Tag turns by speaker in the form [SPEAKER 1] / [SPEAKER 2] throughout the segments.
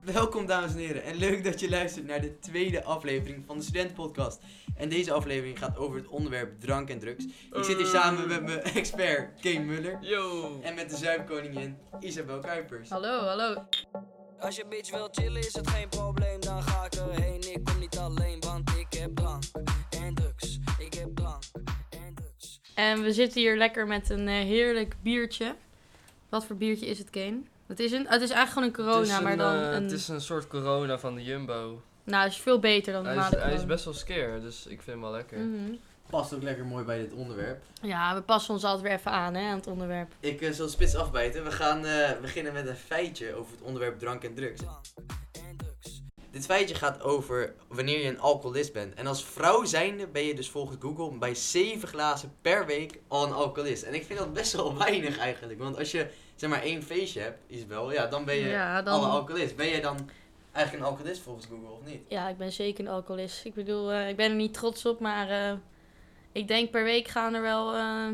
[SPEAKER 1] Welkom dames en heren en leuk dat je luistert naar de tweede aflevering van de Studentenpodcast. En deze aflevering gaat over het onderwerp drank en drugs. Ik zit hier samen met mijn expert Kane Muller
[SPEAKER 2] Yo!
[SPEAKER 1] en met de zuipkoningin Isabel Kuipers.
[SPEAKER 3] Hallo, hallo.
[SPEAKER 4] Als je bitch wil chillen is het geen probleem, dan ga ik erheen. Ik kom niet alleen, want ik heb drank en drugs. Ik heb drank en drugs.
[SPEAKER 3] En we zitten hier lekker met een eh, heerlijk biertje. Wat voor biertje is het, Kane? Wat is het? Ah, het is eigenlijk gewoon een corona, maar dan een...
[SPEAKER 2] Het is een soort corona van de Jumbo.
[SPEAKER 3] Nou, het is veel beter dan
[SPEAKER 2] Hij
[SPEAKER 3] normale
[SPEAKER 2] is, hij is
[SPEAKER 3] corona.
[SPEAKER 2] best wel skeer, dus ik vind hem wel lekker.
[SPEAKER 3] Mhm.
[SPEAKER 1] Past ook lekker mooi bij dit onderwerp.
[SPEAKER 3] Ja, we passen ons altijd weer even aan hè, aan het onderwerp.
[SPEAKER 1] Ik eh, zal spits afbijten. We gaan eh, beginnen met een feitje over het onderwerp drank en drugs.
[SPEAKER 4] Drank en drugs.
[SPEAKER 1] Dit feitje gaat over wanneer je een alcoholist bent. En als vrouw zijnde ben je dus volgens Google bij 7 glazen per week al een alcoholist. En ik vind dat best wel weinig eigenlijk. Want als je zeg maar één feestje hebt, Isabel, ja, dan ben je
[SPEAKER 3] Ja,
[SPEAKER 1] al een
[SPEAKER 3] dan...
[SPEAKER 1] alcoholist. Ben jij dan eigenlijk een alcoholist volgens Google of niet?
[SPEAKER 3] Ja, ik ben zeker een alcoholist. Ik bedoel, eh, ik ben er niet trots op, maar eh, ik denk per week gaan er wel... eh,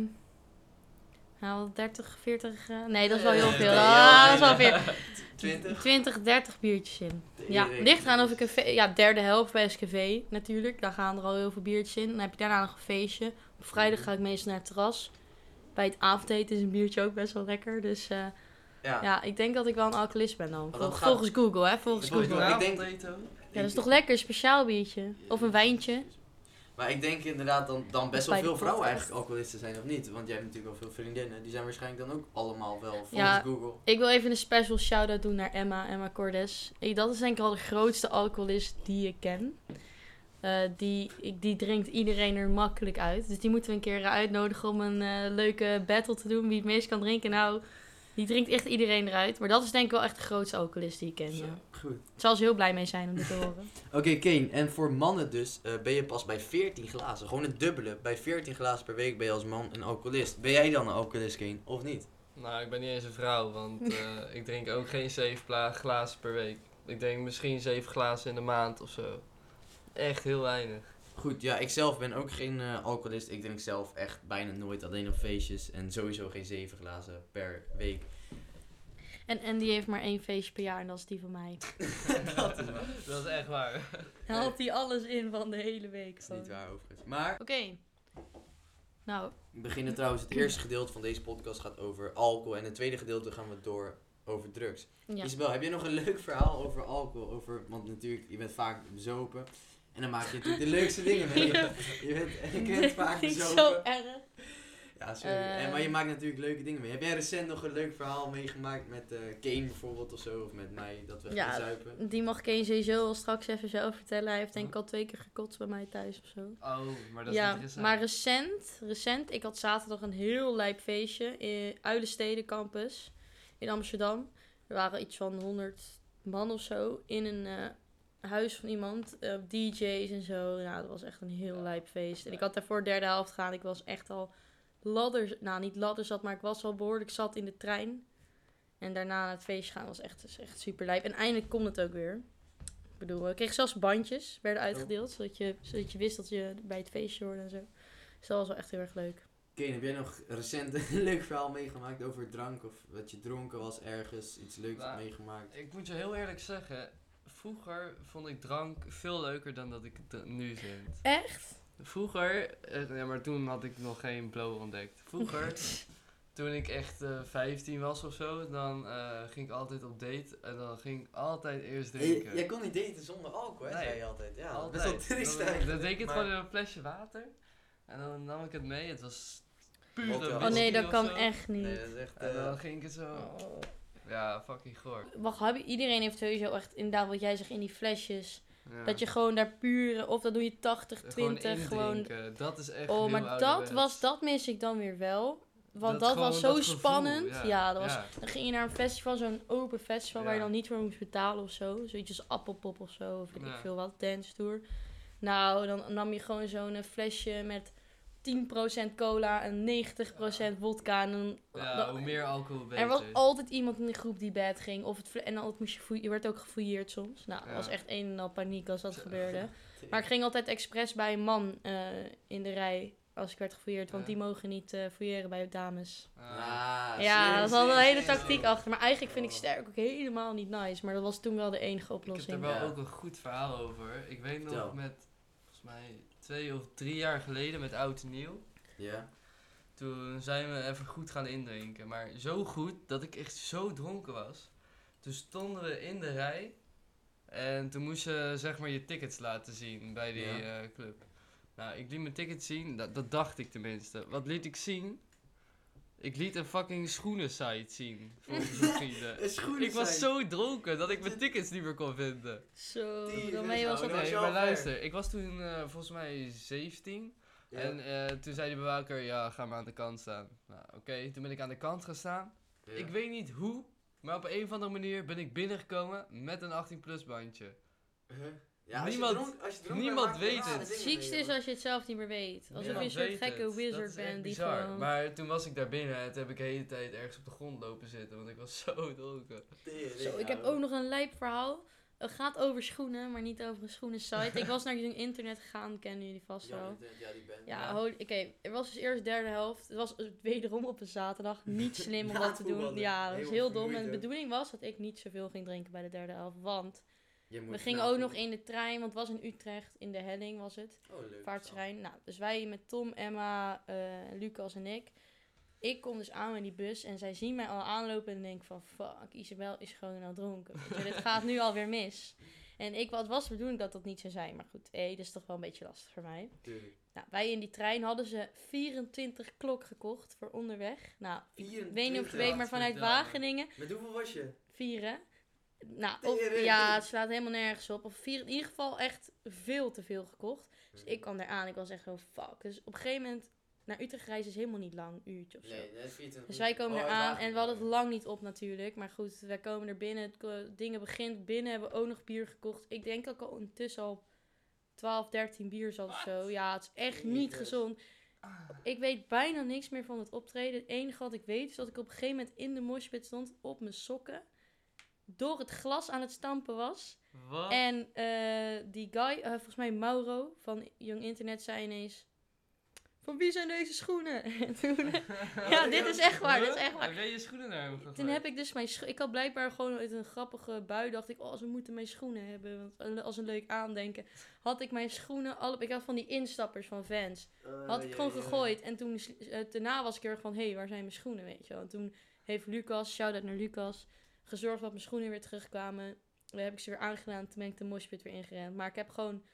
[SPEAKER 3] nou, 30, 40... eh, nee, dat is wel heel
[SPEAKER 1] Eh,
[SPEAKER 3] veel.
[SPEAKER 1] nee,
[SPEAKER 3] Ah,
[SPEAKER 1] heel
[SPEAKER 3] dat is wel
[SPEAKER 1] weinig.
[SPEAKER 3] veel.
[SPEAKER 1] 20?
[SPEAKER 3] 20, 30 biertjes in. Ja,
[SPEAKER 1] Iedereen-
[SPEAKER 3] ligt eraan of ik een fe- Ja, derde helft bij SKV natuurlijk. Daar gaan er al heel veel biertjes in. Dan heb je daarna nog een feestje. Op vrijdag ga ik meestal naar het terras. Bij het avondeten is een biertje ook best wel lekker. Dus eh,
[SPEAKER 1] Ja.
[SPEAKER 3] ja, ik denk dat ik wel een alcoholist ben dan.
[SPEAKER 1] dat
[SPEAKER 3] Vol-
[SPEAKER 1] gaat-
[SPEAKER 3] volgens Google, hè? Volgens
[SPEAKER 1] Dat is
[SPEAKER 3] Google.
[SPEAKER 1] wel-
[SPEAKER 3] Ja,
[SPEAKER 1] ik denk-
[SPEAKER 3] dat is toch lekker, een speciaal biertje. Of een wijntje.
[SPEAKER 1] Maar ik denk inderdaad dan, dan best wel
[SPEAKER 3] Bij de
[SPEAKER 1] veel vrouwen
[SPEAKER 3] podcast.
[SPEAKER 1] eigenlijk alcoholisten zijn of niet. Want jij hebt natuurlijk wel veel vriendinnen. Die zijn waarschijnlijk dan ook allemaal wel volgens
[SPEAKER 3] Ja.
[SPEAKER 1] Google.
[SPEAKER 3] Ik wil even een special shout-out doen naar Emma, Emma Cordes. Ik, dat is denk ik wel de grootste alcoholist die ik ken. Eh, die, ik, die drinkt iedereen er makkelijk uit. Dus die moeten we een keer eh, uitnodigen om een eh, leuke battle te doen. Wie het meest kan drinken, nou, die drinkt echt iedereen eruit. Maar dat is denk ik wel echt de grootste alcoholist die ik ken. Ja.
[SPEAKER 1] Zo, Goed.
[SPEAKER 3] Daar zal ze heel blij mee zijn om dit te horen.
[SPEAKER 1] Oké, Kane, en voor mannen dus eh, ben je pas bij 14 glazen. Gewoon het dubbele. Bij 14 glazen per week ben je als man een alcoholist. Ben jij dan een alcoholist, Kane, of niet?
[SPEAKER 2] Nou, ik ben niet eens een vrouw, want eh, ik drink ook geen zeven pla- glazen per week. Ik denk misschien zeven glazen in de maand of zo. Echt heel weinig.
[SPEAKER 1] Goed, ja, ik zelf ben ook geen eh, alcoholist. Ik drink zelf echt bijna nooit, alleen op feestjes. En sowieso geen 7 glazen per week.
[SPEAKER 3] En Andy heeft maar één feestje per jaar en dat is die van mij.
[SPEAKER 1] dat is waar.
[SPEAKER 2] Dat is echt waar.
[SPEAKER 3] Hij haalt hij alles in van de hele week.
[SPEAKER 1] Dat is
[SPEAKER 3] gewoon.
[SPEAKER 1] niet waar overigens. Maar
[SPEAKER 3] Oké. Nou,
[SPEAKER 1] we beginnen trouwens. Het eerste gedeelte van deze podcast gaat over alcohol. En het tweede gedeelte gaan we door over drugs.
[SPEAKER 3] ja.
[SPEAKER 1] Isabel, heb je nog een leuk verhaal over alcohol? Over, want natuurlijk, je bent vaak bezopen. En dan maak je natuurlijk de leukste dingen mee.
[SPEAKER 3] Ja.
[SPEAKER 1] Je bent, je bent vaak
[SPEAKER 3] Niet
[SPEAKER 1] bezopen.
[SPEAKER 3] zo erg.
[SPEAKER 1] Ja, sorry.
[SPEAKER 3] Eh.
[SPEAKER 1] En, maar je maakt natuurlijk leuke dingen mee. Heb jij recent nog een leuk verhaal meegemaakt met eh Kane bijvoorbeeld of zo? Of met mij, dat we gaan
[SPEAKER 3] Ja.
[SPEAKER 1] zuipen?
[SPEAKER 3] Die mag Kane sowieso wel straks even zelf vertellen. Hij heeft denk ik al twee keer gekotst bij mij thuis of zo.
[SPEAKER 2] Oh, maar dat is
[SPEAKER 3] ja,
[SPEAKER 2] niet recent.
[SPEAKER 3] maar recent, recent, ik had zaterdag een heel lijp feestje in Uilensteden campus in Amsterdam. Er waren iets van 100 man of zo in een eh, huis van iemand, eh, DJ's en zo. Nou, dat was echt een heel lijp feest. En ik had daarvoor de derde helft gegaan. Ik was echt al ladder, nou niet ladder zat, maar ik was al behoorlijk zat in de trein. En daarna naar het feestje gaan was echt, is echt super lijp. En eindelijk kon het ook weer. Ik bedoel, ik kreeg zelfs bandjes, werden
[SPEAKER 2] Oh.
[SPEAKER 3] uitgedeeld, zodat je, zodat je wist dat je bij het feestje hoorde en zo. Dus dat was wel echt heel erg leuk.
[SPEAKER 1] Kane, heb jij nog recent een leuk verhaal meegemaakt over drank? Of dat je dronken was ergens, iets leuks
[SPEAKER 2] Nou,
[SPEAKER 1] meegemaakt?
[SPEAKER 2] Ik moet je heel eerlijk zeggen, vroeger vond ik drank veel leuker dan dat ik het d- nu vind.
[SPEAKER 3] Echt?
[SPEAKER 2] Vroeger, eh, ja, maar toen had ik nog geen blow ontdekt. Vroeger, toen ik echt eh 15 was of zo, dan eh, ging ik altijd op date en dan ging ik altijd eerst
[SPEAKER 1] Hey,
[SPEAKER 2] drinken.
[SPEAKER 1] jij kon niet daten zonder alcohol, hè,
[SPEAKER 2] Nee.
[SPEAKER 1] zei je altijd. Ja,
[SPEAKER 2] altijd.
[SPEAKER 1] best wel triest
[SPEAKER 2] dan,
[SPEAKER 1] eigenlijk.
[SPEAKER 2] dan deed ik het
[SPEAKER 1] maar-
[SPEAKER 2] gewoon in een flesje water en dan nam ik het mee. Het was puur
[SPEAKER 1] Motel.
[SPEAKER 3] Oh nee,
[SPEAKER 1] Whisky
[SPEAKER 3] dat kan echt niet.
[SPEAKER 1] Nee, dat is echt...
[SPEAKER 2] En
[SPEAKER 1] eh,
[SPEAKER 2] dan ging ik het zo.
[SPEAKER 3] Oh.
[SPEAKER 2] Ja, fucking goor.
[SPEAKER 3] Wacht, heb je- iedereen heeft sowieso echt inderdaad wat jij zegt in die flesjes.
[SPEAKER 2] Ja.
[SPEAKER 3] Dat je gewoon daar pure, of dat doe je 80,
[SPEAKER 2] Eh, gewoon
[SPEAKER 3] 20, gewoon.
[SPEAKER 2] indrinken, Dat is echt
[SPEAKER 3] Oh,
[SPEAKER 2] heel
[SPEAKER 3] maar dat,
[SPEAKER 2] ouderwets.
[SPEAKER 3] was, dat mis ik dan weer wel. Want dat,
[SPEAKER 2] gewoon
[SPEAKER 3] was zo
[SPEAKER 2] gevoel,
[SPEAKER 3] spannend. Ja, dat was
[SPEAKER 2] ja.
[SPEAKER 3] Dan ging je naar een festival, zo'n open festival waar je
[SPEAKER 2] Ja.
[SPEAKER 3] dan niet voor moest betalen of zo. Zoiets als appelpop of zo, of weet
[SPEAKER 2] Ja.
[SPEAKER 3] ik veel wat, dance tour. Nou, dan nam je gewoon zo'n eh, flesje met 10% cola en 90% vodka. En dan,
[SPEAKER 2] Ja,
[SPEAKER 3] dan-
[SPEAKER 2] hoe meer alcohol, hoe beter.
[SPEAKER 3] er was altijd iemand in de groep die bad ging. Of het, fle- en dan moest je, foei- je werd ook gefouilleerd soms. Nou,
[SPEAKER 2] Ja.
[SPEAKER 3] dat was echt een en al paniek als dat
[SPEAKER 2] Zo.
[SPEAKER 3] gebeurde. Maar ik ging altijd expres bij een man eh, in de rij als ik werd gefouilleerd. Want
[SPEAKER 2] Ja.
[SPEAKER 3] die mogen niet eh fouilleren bij dames.
[SPEAKER 1] Ah,
[SPEAKER 3] ja,
[SPEAKER 1] slim,
[SPEAKER 3] dat was al een
[SPEAKER 1] slim,
[SPEAKER 3] hele
[SPEAKER 1] slim,
[SPEAKER 3] tactiek
[SPEAKER 1] slim.
[SPEAKER 3] achter. Maar eigenlijk vind ik
[SPEAKER 2] Oh.
[SPEAKER 3] sterk ook helemaal niet nice. Maar dat was toen wel de enige
[SPEAKER 2] Ik heb daar
[SPEAKER 3] oplossing.
[SPEAKER 2] wel
[SPEAKER 1] Ja.
[SPEAKER 2] ook een goed verhaal over. Ik weet nog
[SPEAKER 1] Vertel.
[SPEAKER 2] met, volgens mij, twee of drie jaar geleden met Oud en Nieuw.
[SPEAKER 1] Ja.
[SPEAKER 2] Toen zijn we even goed gaan indrinken. Maar zo goed dat ik echt zo dronken was. Toen stonden we in de rij. En toen moest je zeg maar je tickets laten zien bij die
[SPEAKER 1] Ja.
[SPEAKER 2] eh, club. Nou, ik liet mijn ticket zien. Dat, dat dacht ik tenminste. Wat liet ik zien? Ik liet een fucking schoenen-site zien. Volgens mijn vrienden. Ik was zo dronken dat ik mijn tickets niet meer kon vinden.
[SPEAKER 3] Zo,
[SPEAKER 1] Die
[SPEAKER 3] dan
[SPEAKER 1] is
[SPEAKER 3] ben je wel
[SPEAKER 1] nou,
[SPEAKER 3] zo
[SPEAKER 1] dat
[SPEAKER 2] Nee,
[SPEAKER 1] is
[SPEAKER 2] maar
[SPEAKER 1] wel fair.
[SPEAKER 2] luister, ik was toen eh, volgens mij 17.
[SPEAKER 1] Ja.
[SPEAKER 2] En eh, toen zei de bewaker, ja, ga maar aan de kant staan. Nou, oké, toen ben ik aan de kant gaan staan.
[SPEAKER 1] Ja.
[SPEAKER 2] Ik weet niet hoe, maar op een of andere manier ben ik binnengekomen met een 18-plus bandje.
[SPEAKER 1] Huh? Ja, als je
[SPEAKER 2] Niemand-
[SPEAKER 1] dronk- als je dronk bent,
[SPEAKER 2] niemand
[SPEAKER 1] maak je
[SPEAKER 2] weet
[SPEAKER 1] rare
[SPEAKER 2] het.
[SPEAKER 3] Het
[SPEAKER 1] dingen mee,
[SPEAKER 3] ziekste is
[SPEAKER 1] joh.
[SPEAKER 3] als je het zelf niet meer weet. Alsof je
[SPEAKER 2] Niemand
[SPEAKER 3] een soort
[SPEAKER 2] weet
[SPEAKER 3] gekke
[SPEAKER 2] het. Dat
[SPEAKER 3] wizard
[SPEAKER 2] is echt
[SPEAKER 3] bent die
[SPEAKER 2] bizar.
[SPEAKER 3] gewoon...
[SPEAKER 2] Maar toen was ik daar binnen en toen heb ik de hele tijd ergens op de grond lopen zitten, want ik was zo dronken.
[SPEAKER 1] Tering,
[SPEAKER 3] Zo, ik heb
[SPEAKER 1] ouwe.
[SPEAKER 3] ook nog een lijp verhaal. Het gaat over schoenen, maar niet over een schoenensite. ik was naar zo'n internet gegaan, kennen jullie vast
[SPEAKER 1] Ja,
[SPEAKER 3] wel.
[SPEAKER 1] die- ja, die band.
[SPEAKER 3] Ja, ho- oké. Er was dus eerst derde helft. Het was wederom op een zaterdag. Niet slim om
[SPEAKER 1] Na
[SPEAKER 3] dat te doen.
[SPEAKER 1] voetballen.
[SPEAKER 3] Ja, dat was
[SPEAKER 1] Heel
[SPEAKER 3] heel dom.
[SPEAKER 1] vermoeid
[SPEAKER 3] En de
[SPEAKER 1] ook.
[SPEAKER 3] bedoeling was dat ik niet zoveel ging drinken bij de derde helft. Want
[SPEAKER 1] Je moet
[SPEAKER 3] we gingen
[SPEAKER 1] snel
[SPEAKER 3] ook nog
[SPEAKER 1] doen.
[SPEAKER 3] in de trein, want het was in Utrecht. In de helling was het.
[SPEAKER 1] Oh, leuk.
[SPEAKER 3] Vaartschrijn. Nou, dus wij met Tom, Emma, eh, Lucas en ik. Ik kom dus aan met die bus en zij zien mij al aanlopen en denken van... Fuck, Isabel is gewoon al dronken. Weet je, dit gaat nu alweer mis. En ik, het was de bedoeling dat dat niet zou zijn. Maar goed, hé, dat is toch wel een beetje lastig voor mij.
[SPEAKER 1] Tuurlijk.
[SPEAKER 3] Nou, wij in die trein hadden ze 24 klok gekocht voor onderweg. Nou, ik weet niet of je
[SPEAKER 1] 24.
[SPEAKER 3] weet, maar vanuit
[SPEAKER 2] Godverdamme.
[SPEAKER 3] Wageningen
[SPEAKER 1] Met hoeveel was je?
[SPEAKER 3] vieren. Nou, of-
[SPEAKER 1] Tering.
[SPEAKER 3] ja, het slaat helemaal nergens op. Of vier, in ieder geval echt veel te veel gekocht. Dus
[SPEAKER 1] Hmm.
[SPEAKER 3] ik kwam eraan, ik was echt zo fuck. Dus op een gegeven moment, naar Utrecht reizen is helemaal niet lang, een uurtje of zo.
[SPEAKER 1] Nee, net 24.
[SPEAKER 3] Dus wij komen
[SPEAKER 1] Oh, uit
[SPEAKER 3] eraan en
[SPEAKER 1] Wageningen.
[SPEAKER 3] we hadden het lang niet op natuurlijk. Maar goed, wij komen er binnen, het ko- dingen begint. Binnen hebben we ook nog bier gekocht. Ik denk dat ik al ondertussen al 12, 13 bier zat of zo. Ja, het is echt niet
[SPEAKER 1] Jezus. Ah.
[SPEAKER 3] gezond. Ik weet bijna niks meer van het optreden. Het enige wat ik weet is dat ik op een gegeven moment in de moshpit stond op mijn sokken. Door het glas aan het stampen was.
[SPEAKER 2] Wat?
[SPEAKER 3] En eh, die guy, eh, volgens mij Mauro van Young Internet, zei ineens... Van wie zijn deze schoenen? En toen... Ja, dit is echt waar, dit is echt waar.
[SPEAKER 2] Heb jij je schoenen naar hem gegooid?
[SPEAKER 3] Toen heb ik dus mijn scho- Ik had blijkbaar gewoon uit een grappige bui. Dacht ik, oh, ze moeten mijn schoenen hebben. Want een- als een leuk aandenken. Had ik mijn schoenen. Alle, ik had van die instappers van fans.
[SPEAKER 1] Eh,
[SPEAKER 3] Had ik
[SPEAKER 1] ja,
[SPEAKER 3] gewoon
[SPEAKER 1] ja, ja.
[SPEAKER 3] gegooid. En toen, is- eh, daarna was ik er gewoon, hé, hey, waar zijn mijn schoenen? Weet je wel. En toen heeft Lucas, shout out naar Lucas. Gezorgd dat mijn schoenen weer terugkwamen. Daar heb ik ze weer aangedaan. Toen ben ik de moshpit weer ingerend. Maar ik heb gewoon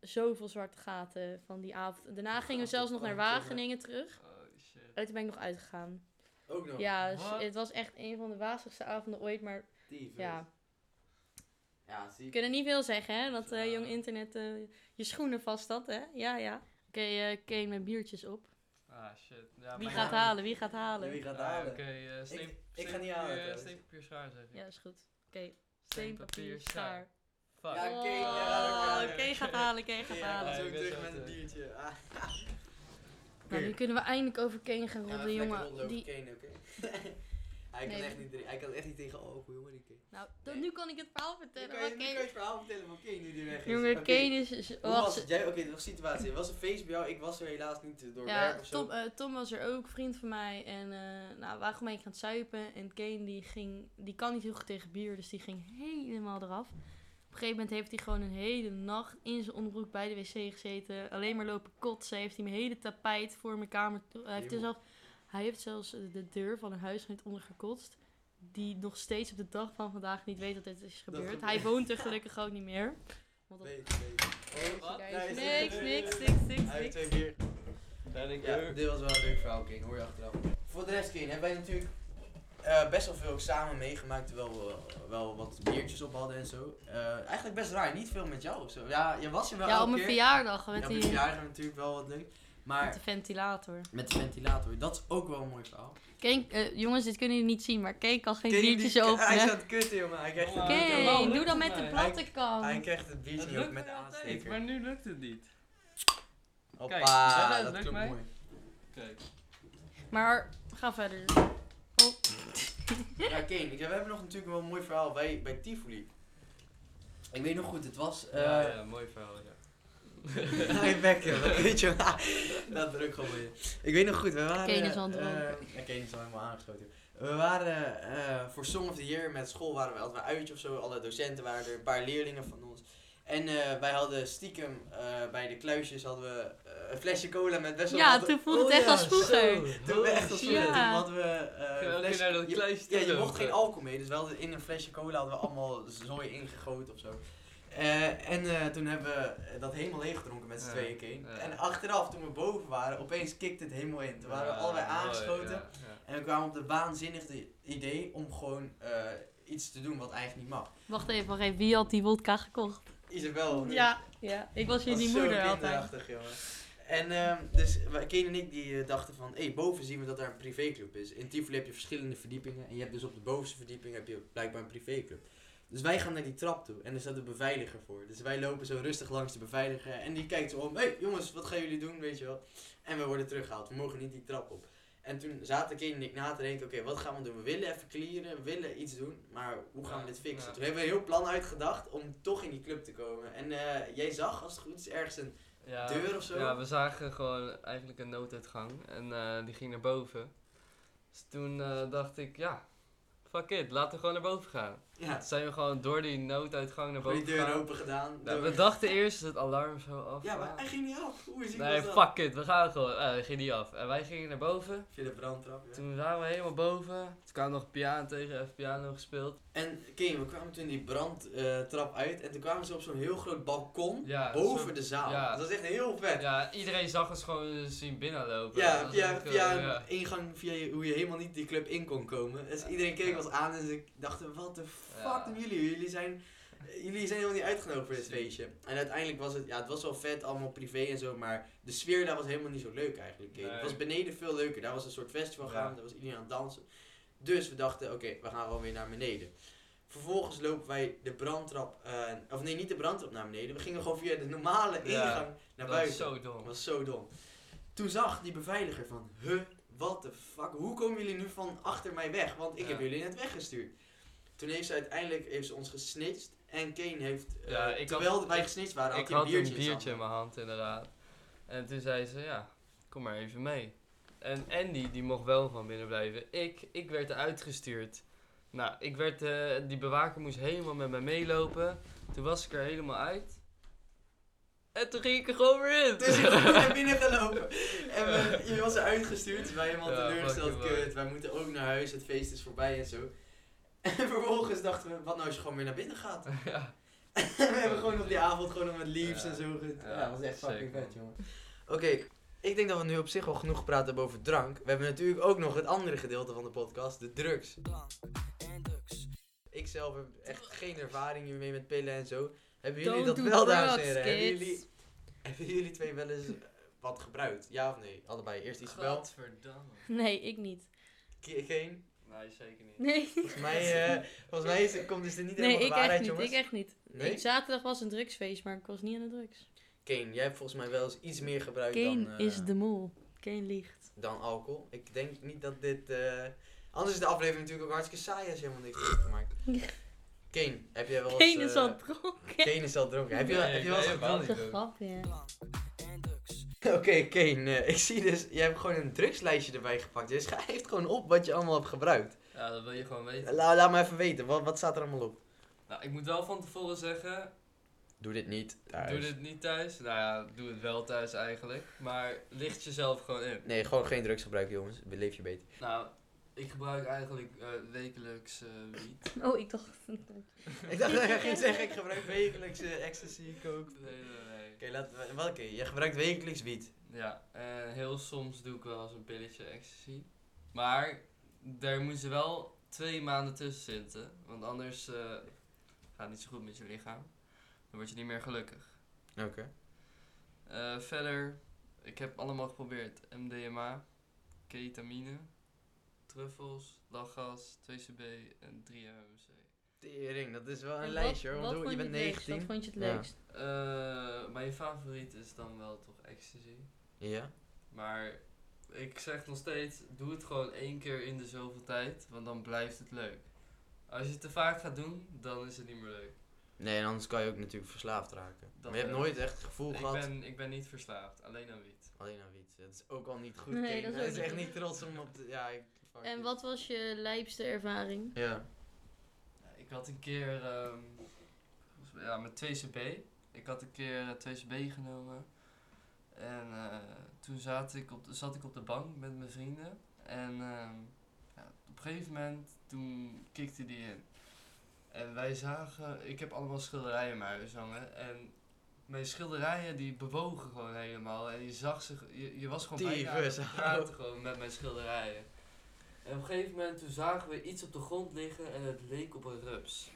[SPEAKER 3] zoveel zwarte gaten van die avond. Daarna gingen we zelfs nog naar Wageningen terug.
[SPEAKER 2] Oh shit.
[SPEAKER 3] En toen ben ik nog uitgegaan.
[SPEAKER 1] Ook nog.
[SPEAKER 3] Ja, dus
[SPEAKER 2] Wat?
[SPEAKER 3] het was echt een van de wazigste avonden ooit. Maar
[SPEAKER 1] Tyfus.
[SPEAKER 3] ja,
[SPEAKER 1] Ja,
[SPEAKER 3] we
[SPEAKER 1] zie
[SPEAKER 3] kunnen niet veel zeggen, hè? Dat eh
[SPEAKER 2] Ja.
[SPEAKER 3] jong internet eh, je schoenen vast had, hè? Ja, ja. Oké, eh Kane met biertjes op.
[SPEAKER 2] Ah shit. Ja,
[SPEAKER 3] Wie
[SPEAKER 1] maar-
[SPEAKER 3] gaat halen? Wie gaat
[SPEAKER 1] Ja,
[SPEAKER 3] halen?
[SPEAKER 1] Wie gaat
[SPEAKER 2] Ah,
[SPEAKER 1] halen?
[SPEAKER 2] Oké, eh, steen-
[SPEAKER 1] Ik- ik
[SPEAKER 2] steen-
[SPEAKER 1] ga niet halen,
[SPEAKER 2] papier, eh,
[SPEAKER 1] trouwens.
[SPEAKER 2] Steen, papier, schaar zeg ik.
[SPEAKER 3] Ja, is goed. Oké, steen, papier, schaar.
[SPEAKER 2] Fuck.
[SPEAKER 1] Ja,
[SPEAKER 3] Oh,
[SPEAKER 1] Kane, ja,
[SPEAKER 2] oké.
[SPEAKER 3] Kane gaat halen, Kane gaat
[SPEAKER 1] Ja,
[SPEAKER 3] halen.
[SPEAKER 1] ik was
[SPEAKER 2] Ik
[SPEAKER 1] ook
[SPEAKER 2] ben
[SPEAKER 1] terug
[SPEAKER 2] zo
[SPEAKER 1] met een
[SPEAKER 2] terug.
[SPEAKER 1] biertje. Ah.
[SPEAKER 3] Nou, nu kunnen we eindelijk over Kane gaan
[SPEAKER 1] Ja,
[SPEAKER 3] roddelen,
[SPEAKER 1] even lekker rondlopen,
[SPEAKER 3] jongen. Die...
[SPEAKER 1] Kane, oké? Hij kan
[SPEAKER 3] Nee.
[SPEAKER 1] echt niet drinken. Hij kan echt niet tegen alcohol, jongen, die Kane.
[SPEAKER 3] Nou, dan, nu kan ik het verhaal
[SPEAKER 1] Nu
[SPEAKER 3] vertellen.
[SPEAKER 1] kan je
[SPEAKER 3] Oké.
[SPEAKER 1] nu kan je het verhaal vertellen van Kane nu die weg is.
[SPEAKER 3] Jongen,
[SPEAKER 1] Oké,
[SPEAKER 3] Kane is... is-
[SPEAKER 1] Hoe
[SPEAKER 3] wacht,
[SPEAKER 1] was het? Jij, oké, nog situatie. Er was een feest bij jou. Ik was er helaas niet eh, door
[SPEAKER 3] Ja,
[SPEAKER 1] werk of zo.
[SPEAKER 3] Tom, eh, Tom was er ook, vriend van mij. En eh nou, we waren gewoon een keer aan het zuipen. En Kane die ging, die kan niet heel goed tegen bier, dus die ging helemaal eraf. Op een gegeven moment heeft hij gewoon een hele nacht in zijn onderbroek bij de wc gezeten. Alleen maar lopen kotsen. Heeft hij mijn hele tapijt voor mijn kamer. toe- Hij heeft, er
[SPEAKER 1] Eeuw.
[SPEAKER 3] zelfs, hij heeft zelfs de de deur van een huisgenoot ondergekotst. Die nog steeds op de dag van vandaag niet weet dat dit is gebeurd.
[SPEAKER 1] gebeurt.
[SPEAKER 3] Hij woont er gelukkig ook niet meer. Want dat-
[SPEAKER 1] Weet, weet. Oh,
[SPEAKER 2] Wat?
[SPEAKER 1] daar
[SPEAKER 3] Niks,
[SPEAKER 1] is
[SPEAKER 3] niks,
[SPEAKER 1] het.
[SPEAKER 3] niks, niks,
[SPEAKER 1] Hij heeft
[SPEAKER 3] niks.
[SPEAKER 1] twee bier.
[SPEAKER 2] Ben ik
[SPEAKER 1] Ja, dit was wel een leuk verhaal, Kane. Hoor je achteraf. Voor de rest, Kane, hebben wij natuurlijk eh, best wel veel samen meegemaakt. Terwijl we eh, wel wat biertjes op hadden en zo. Eh, eigenlijk best raar. Niet veel met jou of zo. Ja, je was er wel
[SPEAKER 3] Ja, op
[SPEAKER 1] elke
[SPEAKER 3] mijn
[SPEAKER 1] keer.
[SPEAKER 3] verjaardag.
[SPEAKER 1] Ja,
[SPEAKER 3] Met
[SPEAKER 1] op
[SPEAKER 3] die,
[SPEAKER 1] mijn verjaardag hebben we natuurlijk wel wat leuk.
[SPEAKER 3] met
[SPEAKER 1] Maar
[SPEAKER 3] de ventilator.
[SPEAKER 1] met de ventilator, dat is ook wel een mooi verhaal.
[SPEAKER 3] Kane, eh, jongens, dit kunnen jullie niet zien, maar Kane kan geen
[SPEAKER 1] Kane, die-
[SPEAKER 3] biertjes
[SPEAKER 1] Hij is aan
[SPEAKER 3] openen.
[SPEAKER 1] het kutten, jongen. Hij krijgt,
[SPEAKER 2] Jongen.
[SPEAKER 1] het,
[SPEAKER 2] Kane.
[SPEAKER 3] Kane,
[SPEAKER 2] lukt
[SPEAKER 3] doe
[SPEAKER 2] het
[SPEAKER 3] dan met de
[SPEAKER 2] mij.
[SPEAKER 3] platte
[SPEAKER 1] hij
[SPEAKER 3] kant.
[SPEAKER 1] krijgt het
[SPEAKER 2] Het
[SPEAKER 1] biertje niet
[SPEAKER 2] lukt
[SPEAKER 1] op met
[SPEAKER 2] me
[SPEAKER 1] de
[SPEAKER 2] altijd,
[SPEAKER 1] aansteker.
[SPEAKER 2] maar nu lukt het niet.
[SPEAKER 1] Hoppa,
[SPEAKER 2] Kijk, dat- dat
[SPEAKER 1] dat
[SPEAKER 2] lukt
[SPEAKER 1] klopt
[SPEAKER 2] mij.
[SPEAKER 1] mooi.
[SPEAKER 2] Kijk.
[SPEAKER 3] Maar ga verder.
[SPEAKER 1] Ja, Kane, ik- we hebben nog natuurlijk wel een mooi verhaal bij, bij Tivoli. Ik weet nog goed, het was... eh,
[SPEAKER 2] ja, ja, mooi verhaal, ja.
[SPEAKER 1] Hij bekken, wat weet je wel. Dat druk gewoon mee. Ik weet nog goed, we waren...
[SPEAKER 3] Kane is al
[SPEAKER 1] eh,
[SPEAKER 3] dronken.
[SPEAKER 1] ja, Kane is al helemaal aangeschoten. We waren eh, voor Song of the Year met school, waren we, hadden we een uitje of zo. Alle docenten waren er, een paar leerlingen van ons. En eh, wij hadden stiekem eh, bij de kluisjes hadden we, eh, een flesje cola met best wel
[SPEAKER 3] Ja,
[SPEAKER 1] wat-
[SPEAKER 3] toen voelde het
[SPEAKER 1] Oh
[SPEAKER 3] echt als vroeger.
[SPEAKER 1] Toen we echt als
[SPEAKER 3] shit.
[SPEAKER 1] vroeger,
[SPEAKER 3] Ja.
[SPEAKER 1] toen hadden we... eh,
[SPEAKER 2] Kunnen we ook
[SPEAKER 1] flesje-
[SPEAKER 2] weer naar dat eh,
[SPEAKER 1] je-
[SPEAKER 2] kluisje
[SPEAKER 1] Ja, je
[SPEAKER 2] toe
[SPEAKER 1] mocht
[SPEAKER 2] lopen?
[SPEAKER 1] geen alcohol mee, dus we hadden in een flesje cola hadden we allemaal zooi ingegoten of zo. Eh, en eh, toen hebben we dat helemaal leeggedronken met z'n
[SPEAKER 2] Ja,
[SPEAKER 1] tweeën, Kane.
[SPEAKER 2] ja.
[SPEAKER 1] En achteraf, toen we boven waren, opeens kikte het helemaal in. Toen waren we
[SPEAKER 2] Ja,
[SPEAKER 1] allebei
[SPEAKER 2] mooi,
[SPEAKER 1] aangeschoten.
[SPEAKER 2] ja, ja.
[SPEAKER 1] En we kwamen op de waanzinnige idee om gewoon eh, iets te doen wat eigenlijk niet mag.
[SPEAKER 3] Wacht even, wacht even. Wie had die wodka gekocht?
[SPEAKER 1] Isabel.
[SPEAKER 3] Ja, ja. Ik was jullie moeder altijd.
[SPEAKER 1] kinderachtig, jongen. En ehm, dus wij- Kane en ik die eh, dachten van, hé, boven zien we dat daar een privéclub is. In Tivoli heb je verschillende verdiepingen. En je hebt dus op de bovenste verdieping heb je blijkbaar een privéclub. Dus wij gaan naar die trap toe en er staat een beveiliger voor. Dus wij lopen zo rustig langs de beveiliger en die kijkt zo om. Hé hey, jongens, wat gaan jullie doen, weet je wel. En we worden teruggehaald, we mogen niet die trap op. En toen zaten Kane en ik na te denken, oké, wat gaan we doen? We willen even clearen, we willen iets doen, maar hoe gaan we
[SPEAKER 2] Ja,
[SPEAKER 1] dit fixen?
[SPEAKER 2] ja.
[SPEAKER 1] Toen hebben we een heel plan uitgedacht om toch in die club te komen. En eh, jij zag, als het goed is, ergens een
[SPEAKER 2] Ja,
[SPEAKER 1] deur of zo?
[SPEAKER 2] Ja, we zagen gewoon eigenlijk een nooduitgang en eh, die ging naar boven. Dus toen eh, dacht ik, ja, fuck it, laten we gewoon naar boven gaan.
[SPEAKER 1] Ja,
[SPEAKER 2] Toen zijn we gewoon door die nooduitgang naar
[SPEAKER 1] gewoon
[SPEAKER 2] boven
[SPEAKER 1] die deur
[SPEAKER 2] gegaan.
[SPEAKER 1] open gedaan.
[SPEAKER 2] Nou,
[SPEAKER 1] deur-
[SPEAKER 2] we dachten eerst dat het alarm zo af.
[SPEAKER 1] ja, maar
[SPEAKER 2] was.
[SPEAKER 1] hij ging niet af. Hoe is
[SPEAKER 2] Nee,
[SPEAKER 1] dat?
[SPEAKER 2] fuck it, we gaan gewoon. Eh, hij ging niet af. En wij gingen naar boven.
[SPEAKER 1] Via de brandtrap, ja.
[SPEAKER 2] Toen waren we helemaal boven. Toen kwam nog piano tegen, even piano gespeeld.
[SPEAKER 1] En Kane, we kwamen toen die brandtrap uit en toen kwamen ze op zo'n heel groot balkon
[SPEAKER 2] Ja,
[SPEAKER 1] boven
[SPEAKER 2] zo-
[SPEAKER 1] de zaal.
[SPEAKER 2] ja.
[SPEAKER 1] Dat is echt heel vet. Ja.
[SPEAKER 2] Ja, iedereen zag ons gewoon zien binnenlopen.
[SPEAKER 1] Ja,
[SPEAKER 2] Dat was
[SPEAKER 1] via,
[SPEAKER 2] echt, eh,
[SPEAKER 1] via
[SPEAKER 2] ja.
[SPEAKER 1] een ingang, via je- hoe je helemaal niet die club in kon komen. Dus
[SPEAKER 2] Ja,
[SPEAKER 1] iedereen keek
[SPEAKER 2] ja.
[SPEAKER 1] ons aan en ze dachten, wat de fuck
[SPEAKER 2] Ja.
[SPEAKER 1] doen jullie? Jullie zijn, jullie zijn helemaal niet uitgenodigd voor dit
[SPEAKER 2] Precies.
[SPEAKER 1] feestje. En uiteindelijk was het, ja, het was wel vet, allemaal privé en zo, maar de sfeer daar was helemaal niet zo leuk eigenlijk. Kane.
[SPEAKER 2] Nee.
[SPEAKER 1] Het was beneden veel leuker, daar was een soort festival
[SPEAKER 2] Ja.
[SPEAKER 1] gaan, daar was iedereen aan het dansen. Dus we dachten, oké, we gaan gewoon weer naar beneden. Vervolgens lopen wij de brandtrap, eh, of nee, niet de brandtrap naar beneden. We gingen gewoon via de normale
[SPEAKER 2] Ja,
[SPEAKER 1] ingang naar
[SPEAKER 2] Dat
[SPEAKER 1] buiten.
[SPEAKER 2] was zo dom.
[SPEAKER 1] Dat was zo dom. Toen zag die beveiliger van, huh, what the fuck, hoe komen jullie nu van achter mij weg? Want ik
[SPEAKER 2] Ja.
[SPEAKER 1] heb jullie net weggestuurd. Toen heeft ze uiteindelijk heeft ze ons gesnitcht en Kane heeft, eh,
[SPEAKER 2] Ja, ik
[SPEAKER 1] terwijl
[SPEAKER 2] had-
[SPEAKER 1] wij gesnitcht waren, had
[SPEAKER 2] ik
[SPEAKER 1] hij een
[SPEAKER 2] had
[SPEAKER 1] biertje,
[SPEAKER 2] een
[SPEAKER 1] in zijn
[SPEAKER 2] biertje in
[SPEAKER 1] hand.
[SPEAKER 2] mijn hand, inderdaad. En toen zei ze, ja, kom maar even mee. En Andy, die mocht wel van binnen blijven. Ik, ik werd eruit gestuurd. Nou, ik werd, eh, die bewaker moest helemaal met mij meelopen. Toen was ik er helemaal uit. En toen ging ik er gewoon weer in.
[SPEAKER 1] Dus ik ben naar binnen gelopen. En we, je was eruit gestuurd. Wij helemaal
[SPEAKER 2] Ja,
[SPEAKER 1] teleurgesteld.
[SPEAKER 2] fucking mooi.
[SPEAKER 1] Kut, wij moeten ook naar huis. Het feest is voorbij en zo. En vervolgens dachten we, wat nou als je gewoon weer naar binnen gaat?
[SPEAKER 2] ja,
[SPEAKER 1] we hebben gewoon op die avond gewoon nog met liefs
[SPEAKER 2] Ja.
[SPEAKER 1] en zo. ge- Ja,
[SPEAKER 2] Ja,
[SPEAKER 1] dat was echt fucking
[SPEAKER 2] zeker.
[SPEAKER 1] vet, jongen. Oké, ik denk dat we nu op zich wel genoeg gepraat hebben over drank. We hebben natuurlijk ook nog het andere gedeelte van de podcast, de drugs.
[SPEAKER 4] Blank en drugs.
[SPEAKER 1] Ik zelf heb echt geen ervaring hiermee met pillen en zo. Hebben jullie
[SPEAKER 3] Don't
[SPEAKER 1] dat
[SPEAKER 3] do
[SPEAKER 1] wel, dames en
[SPEAKER 3] drugs,
[SPEAKER 1] heren? Hebben
[SPEAKER 3] kids.
[SPEAKER 1] jullie, hebben jullie twee wel eens eh, wat gebruikt? Ja of nee? Allebei. Eerst iets wel.
[SPEAKER 2] Godverdamme.
[SPEAKER 3] Nee, ik niet.
[SPEAKER 1] Ke- Geen?
[SPEAKER 2] Nee, zeker niet.
[SPEAKER 3] Nee,
[SPEAKER 1] Volgens mij, eh volgens mij is, komt dus er niet
[SPEAKER 3] nee
[SPEAKER 1] helemaal
[SPEAKER 3] ik
[SPEAKER 1] de
[SPEAKER 3] echt
[SPEAKER 1] waarheid,
[SPEAKER 3] niet.
[SPEAKER 1] jongens.
[SPEAKER 3] Ik echt niet.
[SPEAKER 1] Nee?
[SPEAKER 3] Ik- zaterdag was een drugsfeest, maar ik was niet aan de drugs.
[SPEAKER 1] Kane, jij hebt volgens mij wel eens iets meer gebruikt
[SPEAKER 3] Kane
[SPEAKER 1] dan, eh,
[SPEAKER 3] is de mol. Kane liegt.
[SPEAKER 1] dan alcohol. Ik denk niet dat dit... eh, Anders is de aflevering natuurlijk ook hartstikke saai als je helemaal niks hebt gemaakt. Kane, heb jij wel eens...
[SPEAKER 3] Kane is
[SPEAKER 1] eh,
[SPEAKER 3] al dronken.
[SPEAKER 1] Kane is al dronken. Heb je,
[SPEAKER 2] Nee,
[SPEAKER 1] heb je
[SPEAKER 2] ik
[SPEAKER 1] wel eens
[SPEAKER 2] ben helemaal
[SPEAKER 1] gedronken?
[SPEAKER 3] Dat is een grapje.
[SPEAKER 4] Blank en drugs.
[SPEAKER 1] Oké, Kane, eh, ik zie dus... Jij hebt gewoon een drugslijstje erbij gepakt. Dus schrijft gewoon op wat je allemaal hebt gebruikt.
[SPEAKER 2] Ja, dat wil je gewoon weten.
[SPEAKER 1] La, laat me even weten, wat, wat staat er allemaal op?
[SPEAKER 2] Nou, ik moet wel van tevoren zeggen,
[SPEAKER 1] Doe dit niet
[SPEAKER 2] doe dit niet thuis. Nou ja, doe het wel thuis eigenlijk. Maar licht jezelf gewoon in.
[SPEAKER 1] Nee, gewoon geen drugs gebruiken, jongens. Leef je beter.
[SPEAKER 2] Nou, ik gebruik eigenlijk eh, wekelijks eh, wiet.
[SPEAKER 3] Oh, ik dacht...
[SPEAKER 1] Ik dacht dat hij ging zeggen, ik gebruik wekelijks eh, ecstasy, coke. Oké,
[SPEAKER 2] Nee, nee, nee.
[SPEAKER 1] laten we... Wat, oké, je gebruikt wekelijks wiet.
[SPEAKER 2] Ja, en heel soms doe ik wel eens een pilletje ecstasy. Maar daar moeten wel twee maanden tussen zitten. Want anders eh, gaat het niet zo goed met je lichaam. Dan word je niet meer gelukkig.
[SPEAKER 1] Oké.
[SPEAKER 2] Eh, verder, ik heb allemaal geprobeerd. MDMA, ketamine, truffels, lachgas, 2CB en 3-MMC.
[SPEAKER 1] Tering, dat is wel een lijstje hoor, want hoe- je bent 19.
[SPEAKER 3] Wat vond je het
[SPEAKER 1] Ja.
[SPEAKER 3] leukst?
[SPEAKER 2] Eh, mijn favoriet is dan wel toch ecstasy.
[SPEAKER 1] Ja?
[SPEAKER 2] Maar ik zeg nog steeds, doe het gewoon één keer in de zoveel tijd, want dan blijft het leuk. Als je het te vaak gaat doen, dan is het niet meer leuk.
[SPEAKER 1] Nee, en anders kan je ook natuurlijk verslaafd raken.
[SPEAKER 2] Dat
[SPEAKER 1] maar je hebt
[SPEAKER 2] wel.
[SPEAKER 1] nooit echt het gevoel
[SPEAKER 2] Ik
[SPEAKER 1] gehad.
[SPEAKER 2] ben, ik ben niet verslaafd, alleen aan wiet.
[SPEAKER 1] Alleen aan wiet. Dat is ook al niet goed. Kane.
[SPEAKER 3] Nee, dat is
[SPEAKER 1] Hij
[SPEAKER 3] ook
[SPEAKER 1] echt
[SPEAKER 3] niet
[SPEAKER 1] niet trots om op te. Ja, ik. fuck
[SPEAKER 3] En
[SPEAKER 1] it.
[SPEAKER 3] wat was je lijpste ervaring?
[SPEAKER 1] Ja.
[SPEAKER 2] Ja, Ik had een keer, ehm, volgens mij- ja, met 2CB. Ik had een keer eh, 2CB genomen. En eh, toen zat ik, op de, zat ik op de bank met mijn vrienden. En ehm, ja, op een gegeven moment, toen kikte die in. En wij zagen, ik heb allemaal schilderijen in mijn huis hangen. En mijn schilderijen die bewogen gewoon helemaal. En je zag ze, je, je was gewoon bijna aan
[SPEAKER 1] Tyfus,
[SPEAKER 2] het praten gewoon met mijn schilderijen. En op een gegeven moment toen zagen we iets op de grond liggen en het leek op een rups.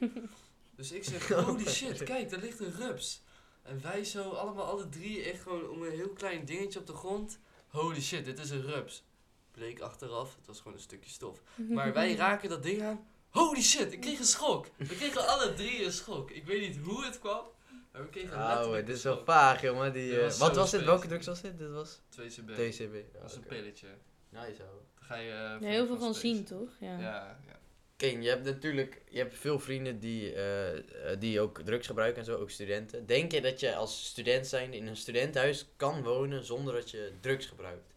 [SPEAKER 2] dus ik zeg, holy shit, kijk, daar ligt een rups. En wij zo, allemaal alle drie, echt gewoon om een heel klein dingetje op de grond. Holy shit, dit is een rups. Bleek achteraf, het was gewoon een stukje stof. Maar wij raken dat ding aan. Holy shit, ik kreeg een schok. We kregen alle drie een schok. Ik weet niet hoe het kwam, maar we kregen
[SPEAKER 1] Oh,
[SPEAKER 2] letterlijk
[SPEAKER 1] dit
[SPEAKER 2] een
[SPEAKER 1] is wel
[SPEAKER 2] schok.
[SPEAKER 1] vaag, jongen. Die,
[SPEAKER 2] Dit
[SPEAKER 1] eh,
[SPEAKER 2] was
[SPEAKER 1] wat was
[SPEAKER 2] zo
[SPEAKER 1] dit?
[SPEAKER 2] space.
[SPEAKER 1] Welke drugs was dit? Dit was
[SPEAKER 2] 2CB. Dat
[SPEAKER 1] TCB. Ja,
[SPEAKER 2] was een
[SPEAKER 1] Oh, oké.
[SPEAKER 2] pilletje.
[SPEAKER 1] Nice, ouwe.
[SPEAKER 2] Daar ga je... eh,
[SPEAKER 3] Ja, heel veel
[SPEAKER 2] van
[SPEAKER 3] van zien,
[SPEAKER 2] spacen.
[SPEAKER 3] toch? Ja.
[SPEAKER 2] Ja, ja.
[SPEAKER 1] Kane, je hebt natuurlijk je hebt veel vrienden die, eh, eh, die ook drugs gebruiken en zo, ook studenten. Denk je dat je als student zijnde in een studentenhuis kan wonen zonder dat je drugs gebruikt?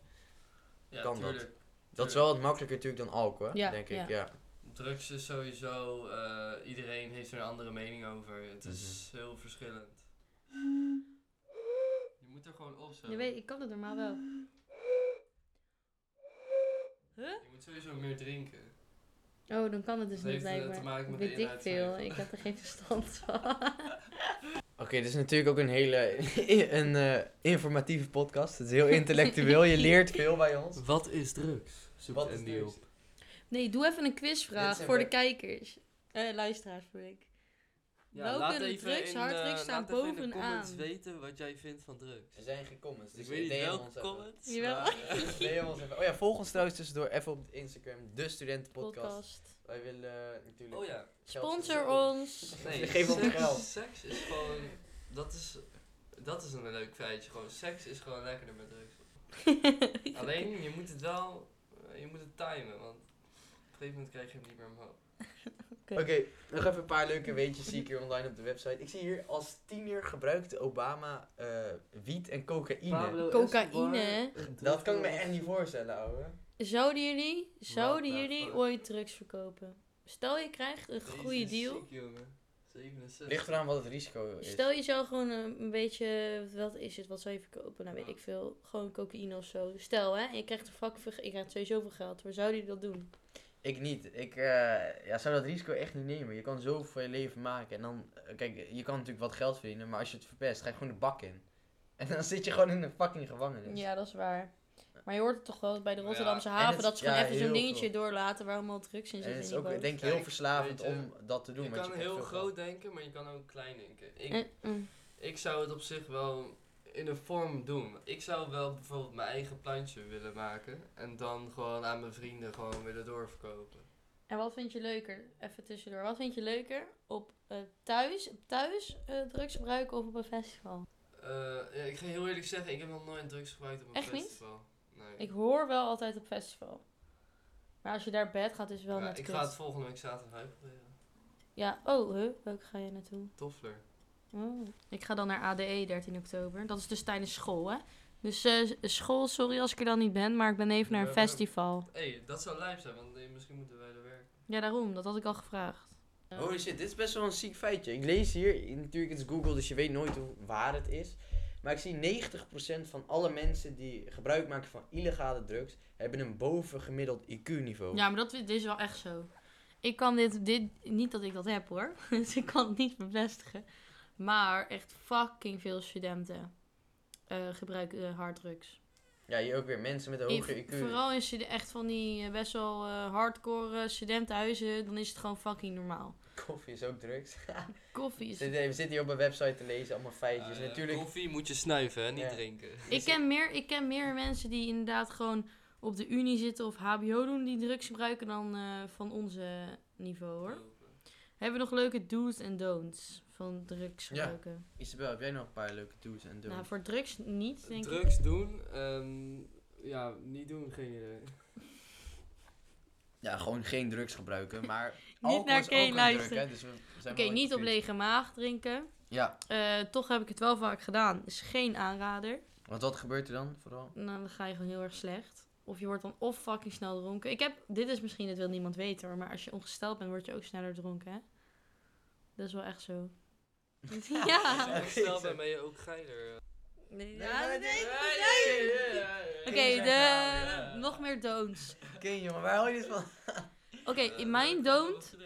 [SPEAKER 2] ja
[SPEAKER 1] Kan dat?
[SPEAKER 2] tuurlijk.
[SPEAKER 1] Dat is wel wat makkelijker natuurlijk dan alcohol, hè?
[SPEAKER 3] Ja,
[SPEAKER 1] denk ik.
[SPEAKER 3] ja.
[SPEAKER 1] Ja.
[SPEAKER 2] Drugs is sowieso, eh, iedereen heeft er een andere mening over. Het is heel verschillend. Je moet er gewoon op zo.
[SPEAKER 3] Je weet, ik kan het normaal wel.
[SPEAKER 2] Je moet sowieso meer drinken.
[SPEAKER 3] Oh, dan kan het dus
[SPEAKER 2] Dat
[SPEAKER 3] niet
[SPEAKER 2] heeft, eh, te
[SPEAKER 3] blijkbaar.
[SPEAKER 2] maken met de
[SPEAKER 3] Weet ik
[SPEAKER 2] inhoud van je
[SPEAKER 3] veel,
[SPEAKER 2] verhaal.
[SPEAKER 3] ik heb er geen verstand van.
[SPEAKER 1] Oké, dit is natuurlijk ook een hele een, eh, informatieve podcast. Het is heel intellectueel. Je leert veel bij ons.
[SPEAKER 2] Wat is drugs?
[SPEAKER 1] Wat is drugs?
[SPEAKER 3] Nee, doe even een quizvraag
[SPEAKER 1] Dit is
[SPEAKER 3] voor de
[SPEAKER 1] even-
[SPEAKER 3] kijkers. Eh, luisteraars, bedoel ik. Welke drugs, harddrugs staan
[SPEAKER 2] eh, in de comments
[SPEAKER 3] bovenaan?
[SPEAKER 2] weten wat jij vindt van drugs.
[SPEAKER 1] Er zijn geen comments. Dus
[SPEAKER 2] ik weet niet
[SPEAKER 1] DM
[SPEAKER 2] welke
[SPEAKER 1] ons even.
[SPEAKER 2] comments.
[SPEAKER 3] Jawel.
[SPEAKER 2] maar, eh,
[SPEAKER 1] DM ons even. Oh ja, volg ons trouwens tussendoor even op Instagram, de Studentenpodcast.
[SPEAKER 3] Podcast.
[SPEAKER 1] Wij willen eh, natuurlijk.
[SPEAKER 2] oh ja.
[SPEAKER 1] geld
[SPEAKER 3] Sponsor
[SPEAKER 1] verdienen.
[SPEAKER 3] ons.
[SPEAKER 2] Nee,
[SPEAKER 1] Geef ons
[SPEAKER 2] seks-
[SPEAKER 1] geld.
[SPEAKER 2] Seks is gewoon... Dat is, dat is een leuk feitje. Gewoon, seks is gewoon lekkerder met drugs. Alleen, je moet het wel... eh, Je moet het timen, want... Op een gegeven moment krijg je hem niet meer omhoog.
[SPEAKER 1] Oké, nog even een paar leuke weetjes zie ik hier online op de website. Ik zie hier als tiener gebruikte Obama eh, wiet en cocaïne.
[SPEAKER 3] Cocaïne, hè?
[SPEAKER 1] Dat kan ik me echt niet voorstellen, ouwe.
[SPEAKER 3] Zouden jullie, zouden
[SPEAKER 1] nou,
[SPEAKER 2] the
[SPEAKER 3] jullie
[SPEAKER 2] fuck?
[SPEAKER 3] ooit drugs verkopen? Stel je krijgt een
[SPEAKER 2] Deze
[SPEAKER 3] goede
[SPEAKER 2] is
[SPEAKER 3] deal.
[SPEAKER 2] ziek, jongen. 67.
[SPEAKER 1] Ligt eraan wat het risico is.
[SPEAKER 3] Stel je zou gewoon een, een beetje, wat is het, wat zou je verkopen? Nou weet
[SPEAKER 2] Ja.
[SPEAKER 3] ik veel, gewoon cocaïne of zo. Stel hè, en je krijgt er fucking veel, ge- je krijgt sowieso veel geld. Waar zou jullie dat doen?
[SPEAKER 1] Ik niet. Ik eh, ja, zou dat risico echt niet nemen. Je kan zoveel van je leven maken. En dan, eh, kijk, je kan natuurlijk wat geld verdienen, maar als je het verpest, ga je gewoon de bak in. En dan zit je gewoon in een fucking gevangenis.
[SPEAKER 3] Ja, dat is waar. Maar je hoort het toch wel bij de
[SPEAKER 2] Ja,
[SPEAKER 3] Rotterdamse
[SPEAKER 1] en
[SPEAKER 3] haven
[SPEAKER 1] het-
[SPEAKER 3] dat ze gewoon
[SPEAKER 1] ja,
[SPEAKER 3] even zo'n
[SPEAKER 1] heel
[SPEAKER 3] dingetje
[SPEAKER 1] veel.
[SPEAKER 3] doorlaten waar allemaal drugs in
[SPEAKER 1] En
[SPEAKER 3] zitten.
[SPEAKER 1] het is
[SPEAKER 3] in
[SPEAKER 1] ook,
[SPEAKER 3] die
[SPEAKER 1] denk
[SPEAKER 3] boot.
[SPEAKER 1] ik, heel
[SPEAKER 2] Kijk,
[SPEAKER 1] verslavend
[SPEAKER 2] weet je,
[SPEAKER 1] om dat te doen.
[SPEAKER 2] Je
[SPEAKER 1] want
[SPEAKER 2] kan
[SPEAKER 1] krijgt
[SPEAKER 2] heel
[SPEAKER 1] veel geld.
[SPEAKER 2] groot denken, maar je kan ook klein denken. Ik,
[SPEAKER 3] Eh, mm.
[SPEAKER 2] ik zou het op zich wel in een vorm doen. Ik zou wel bijvoorbeeld mijn eigen plantje willen maken. En dan gewoon aan mijn vrienden gewoon willen doorverkopen.
[SPEAKER 3] En wat vind je leuker, even tussendoor, wat vind je leuker op eh, thuis, thuis eh, drugs gebruiken of op een festival?
[SPEAKER 2] Eh, ja, ik ga heel eerlijk zeggen, ik heb nog nooit drugs gebruikt op een
[SPEAKER 3] Echt niet?
[SPEAKER 2] festival. Nee.
[SPEAKER 3] Ik hoor wel altijd op festival. Maar als je daar bed gaat, is het wel
[SPEAKER 2] Ja,
[SPEAKER 3] net
[SPEAKER 2] ik
[SPEAKER 3] kut.
[SPEAKER 2] ga het volgende week zaterdag uitproberen.
[SPEAKER 3] Ja, oh, huh? welke ga je naartoe?
[SPEAKER 2] Toffler.
[SPEAKER 3] Oh. Ik ga dan naar ADE 13 oktober. Dat is dus tijdens school, hè? Dus eh, school, sorry als ik er dan niet ben, maar ik ben even naar een
[SPEAKER 2] Ja, maar-
[SPEAKER 3] festival.
[SPEAKER 2] Hé, hey, dat zou lijp zijn, want eh, misschien moeten wij er werken.
[SPEAKER 3] Ja, daarom. Dat had ik al gevraagd.
[SPEAKER 1] Holy shit, dit Oh, is best wel een ziek feitje. Ik lees hier, natuurlijk het is Google, dus je weet nooit hoe waar het is. Maar ik zie 90% van alle mensen die gebruik maken van illegale drugs, hebben een bovengemiddeld IQ-niveau.
[SPEAKER 3] Ja, maar dat dit is wel echt zo. Ik kan dit, dit, niet dat ik dat heb hoor, dus ik kan het niet bevestigen. Maar echt fucking veel studenten eh, gebruiken eh, harddrugs.
[SPEAKER 1] Ja, hier ook weer mensen met een
[SPEAKER 3] In-
[SPEAKER 1] hoger IQ.
[SPEAKER 3] Vooral in stude- echt van die eh, best wel eh, hardcore eh, studentenhuizen, dan is het gewoon fucking normaal.
[SPEAKER 1] Koffie is ook drugs.
[SPEAKER 3] Koffie
[SPEAKER 1] We
[SPEAKER 3] is.
[SPEAKER 1] zitten- we zitten hier op een website te lezen, allemaal feitjes.
[SPEAKER 2] Eh,
[SPEAKER 1] natuurlijk,
[SPEAKER 2] Koffie moet je snuiven, hè, niet
[SPEAKER 1] Ja.
[SPEAKER 2] drinken.
[SPEAKER 3] Ik ken, meer, ik ken meer mensen die inderdaad gewoon op de unie zitten of HBO doen die drugs gebruiken dan eh, van onze niveau hoor. Hebben we nog leuke do's en don'ts van
[SPEAKER 1] Ja.
[SPEAKER 3] drugs gebruiken?
[SPEAKER 1] Isabel, heb jij nog een paar leuke do's en don'ts?
[SPEAKER 3] Nou, voor drugs niet, denk ik.
[SPEAKER 2] Drugs doen, ehm, ja, niet doen, geen idee.
[SPEAKER 1] Ja, gewoon geen drugs gebruiken, maar
[SPEAKER 3] Niet naar Kane luisteren.
[SPEAKER 1] dus we zijn wel
[SPEAKER 3] Oké,
[SPEAKER 1] in
[SPEAKER 3] niet op
[SPEAKER 1] conflict.
[SPEAKER 3] lege maag drinken.
[SPEAKER 1] Ja,
[SPEAKER 3] Eh, toch heb ik het wel vaak gedaan. Is geen aanrader.
[SPEAKER 1] want wat gebeurt er dan vooral?
[SPEAKER 3] Nou, dan ga je gewoon heel erg slecht. Of je wordt dan of fucking snel dronken. Ik heb, dit is misschien, dat wil niemand weten hoor, maar als je ongesteld bent, word je ook sneller dronken, hè? Dat is wel echt zo. ja.
[SPEAKER 2] Stel bij mij ook geiler.
[SPEAKER 3] Nee, Oké, de,
[SPEAKER 2] de
[SPEAKER 3] nog meer don'ts.
[SPEAKER 1] Kane, jongen, waar hou je dit van?
[SPEAKER 3] Oké, in mijn don't,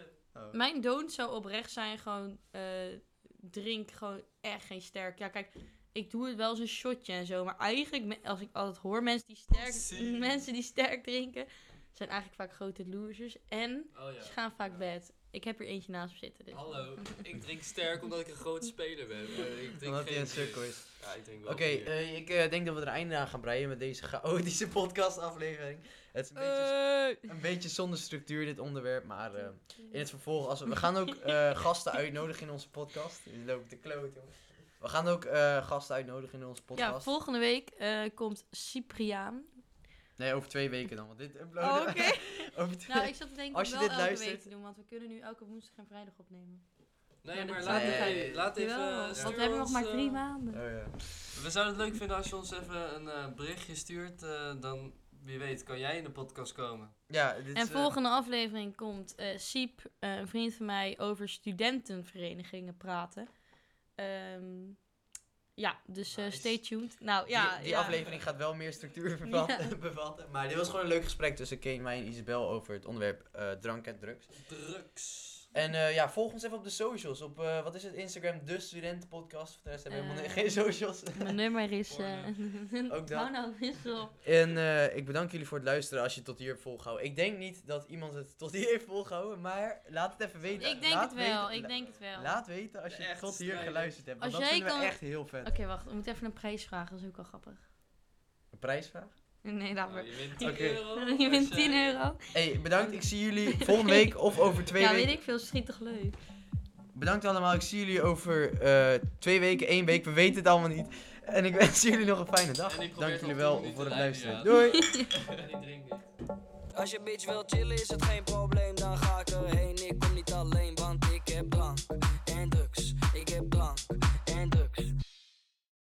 [SPEAKER 3] mijn don't zou oprecht zijn gewoon, eh, drink gewoon echt geen sterk. Ja, kijk, ik doe het wel eens een shotje en zo, maar eigenlijk, me- als ik altijd hoor, mensen die sterk,
[SPEAKER 2] Oh, Zie.
[SPEAKER 3] mensen die sterk drinken, zijn eigenlijk vaak grote losers. En
[SPEAKER 2] Oh ja.
[SPEAKER 3] Ze gaan vaak bed. Ik heb er eentje naast me zitten. Dus.
[SPEAKER 2] Hallo, ik drink sterk omdat ik een groot speler ben. maar Ik drink
[SPEAKER 1] Omdat hij
[SPEAKER 2] geen
[SPEAKER 1] een sukkel
[SPEAKER 2] bier.
[SPEAKER 1] is.
[SPEAKER 2] Ja, ik drink wel
[SPEAKER 1] Oké,
[SPEAKER 2] bier.
[SPEAKER 1] eh, ik eh, denk dat we er einde aan gaan breien met deze chaotische podcastaflevering. Het is een
[SPEAKER 3] Eh.
[SPEAKER 1] beetje, een beetje zonder structuur, dit onderwerp, maar eh, in het vervolg, als we, we gaan ook eh, gasten uitnodigen in onze podcast. Die loopt de kloot, jongen. We gaan ook eh, gasten uitnodigen in onze podcast.
[SPEAKER 3] Ja, volgende week eh, komt Cypriaan.
[SPEAKER 1] Nee, over twee weken dan, want dit uploaden.
[SPEAKER 3] Oh, Oké.
[SPEAKER 1] over twee...
[SPEAKER 3] Nou, ik zat te denken
[SPEAKER 1] Als je
[SPEAKER 3] wel
[SPEAKER 1] dit
[SPEAKER 3] elke
[SPEAKER 1] luistert-
[SPEAKER 3] week te doen, want we kunnen nu elke woensdag en vrijdag opnemen.
[SPEAKER 2] Nee,
[SPEAKER 3] Ja,
[SPEAKER 2] maar
[SPEAKER 3] dat
[SPEAKER 2] laat,
[SPEAKER 1] zou-
[SPEAKER 2] even-
[SPEAKER 1] Nee.
[SPEAKER 2] laat even...
[SPEAKER 3] Jawel,
[SPEAKER 2] eh,
[SPEAKER 3] want
[SPEAKER 2] stuur
[SPEAKER 3] we hebben nog
[SPEAKER 2] ons,
[SPEAKER 3] maar
[SPEAKER 2] eh,
[SPEAKER 3] drie maanden.
[SPEAKER 1] Oh, ja.
[SPEAKER 2] We zouden het leuk vinden als je ons even een eh, berichtje stuurt. eh, dan, wie weet, kan jij in de podcast komen.
[SPEAKER 1] ja, dit
[SPEAKER 3] En
[SPEAKER 1] is, eh,
[SPEAKER 3] volgende aflevering komt eh Siep, eh, een vriend van mij, over studentenverenigingen praten. Ehm, ja, dus eh,
[SPEAKER 1] Nice.
[SPEAKER 3] stay tuned. Nou ja,
[SPEAKER 1] die die
[SPEAKER 3] ja.
[SPEAKER 1] aflevering gaat wel meer structuur bevatten, bevatten. Maar dit was gewoon een leuk gesprek tussen Kane, mij en Isabel over het onderwerp eh, drank en drugs.
[SPEAKER 2] Drugs.
[SPEAKER 1] En eh, ja, volg ons even op de socials. Op, eh, wat is het, Instagram, de studentenpodcast. Voor de rest hebben we helemaal
[SPEAKER 3] Eh.
[SPEAKER 1] geen socials.
[SPEAKER 3] Mijn nummer is. eh,
[SPEAKER 1] Ook dat.
[SPEAKER 3] Hou nou eens op.
[SPEAKER 1] en eh, ik bedank jullie voor het luisteren als je het tot hier hebt volgehouden. Ik denk niet dat iemand het tot hier heeft volgehouden, maar laat het even weten.
[SPEAKER 3] Ik denk
[SPEAKER 1] Laat
[SPEAKER 3] het wel,
[SPEAKER 1] weten-
[SPEAKER 3] ik
[SPEAKER 1] la-
[SPEAKER 3] denk het wel.
[SPEAKER 1] Laat weten als je
[SPEAKER 2] De
[SPEAKER 1] het
[SPEAKER 2] echte
[SPEAKER 1] tot hier
[SPEAKER 2] strijder.
[SPEAKER 1] geluisterd hebt, want
[SPEAKER 3] Als
[SPEAKER 1] dat
[SPEAKER 3] jij
[SPEAKER 1] vinden we
[SPEAKER 3] kan-
[SPEAKER 1] echt heel vet.
[SPEAKER 3] Oké, wacht. We moeten even een prijs vragen. Dat is ook wel grappig.
[SPEAKER 1] Een prijsvraag?
[SPEAKER 3] Nee, laat maar.
[SPEAKER 2] Nou, je wint 10
[SPEAKER 1] Oké.
[SPEAKER 2] euro.
[SPEAKER 3] Je wint
[SPEAKER 2] als jij-
[SPEAKER 3] 10 euro.
[SPEAKER 1] hey, bedankt. Ik zie jullie volgende week of over twee
[SPEAKER 3] Ja,
[SPEAKER 1] weken.
[SPEAKER 3] weet ik veel. Schiet toch leuk.
[SPEAKER 1] Bedankt allemaal. Ik zie jullie over eh, twee weken, één week. We weten het allemaal niet. En ik wens jullie nog een fijne dag.
[SPEAKER 2] En ik probeer
[SPEAKER 1] Dank
[SPEAKER 2] het
[SPEAKER 1] jullie
[SPEAKER 2] al
[SPEAKER 1] wel
[SPEAKER 2] tien minuten
[SPEAKER 1] voor het
[SPEAKER 2] te lijmen,
[SPEAKER 1] luisteren. Doei!
[SPEAKER 2] ja. En ik drink niet.
[SPEAKER 4] Als je bitch wil chillen is het geen probleem, dan ga ik erheen. Ik kom niet alleen, want ik heb blank.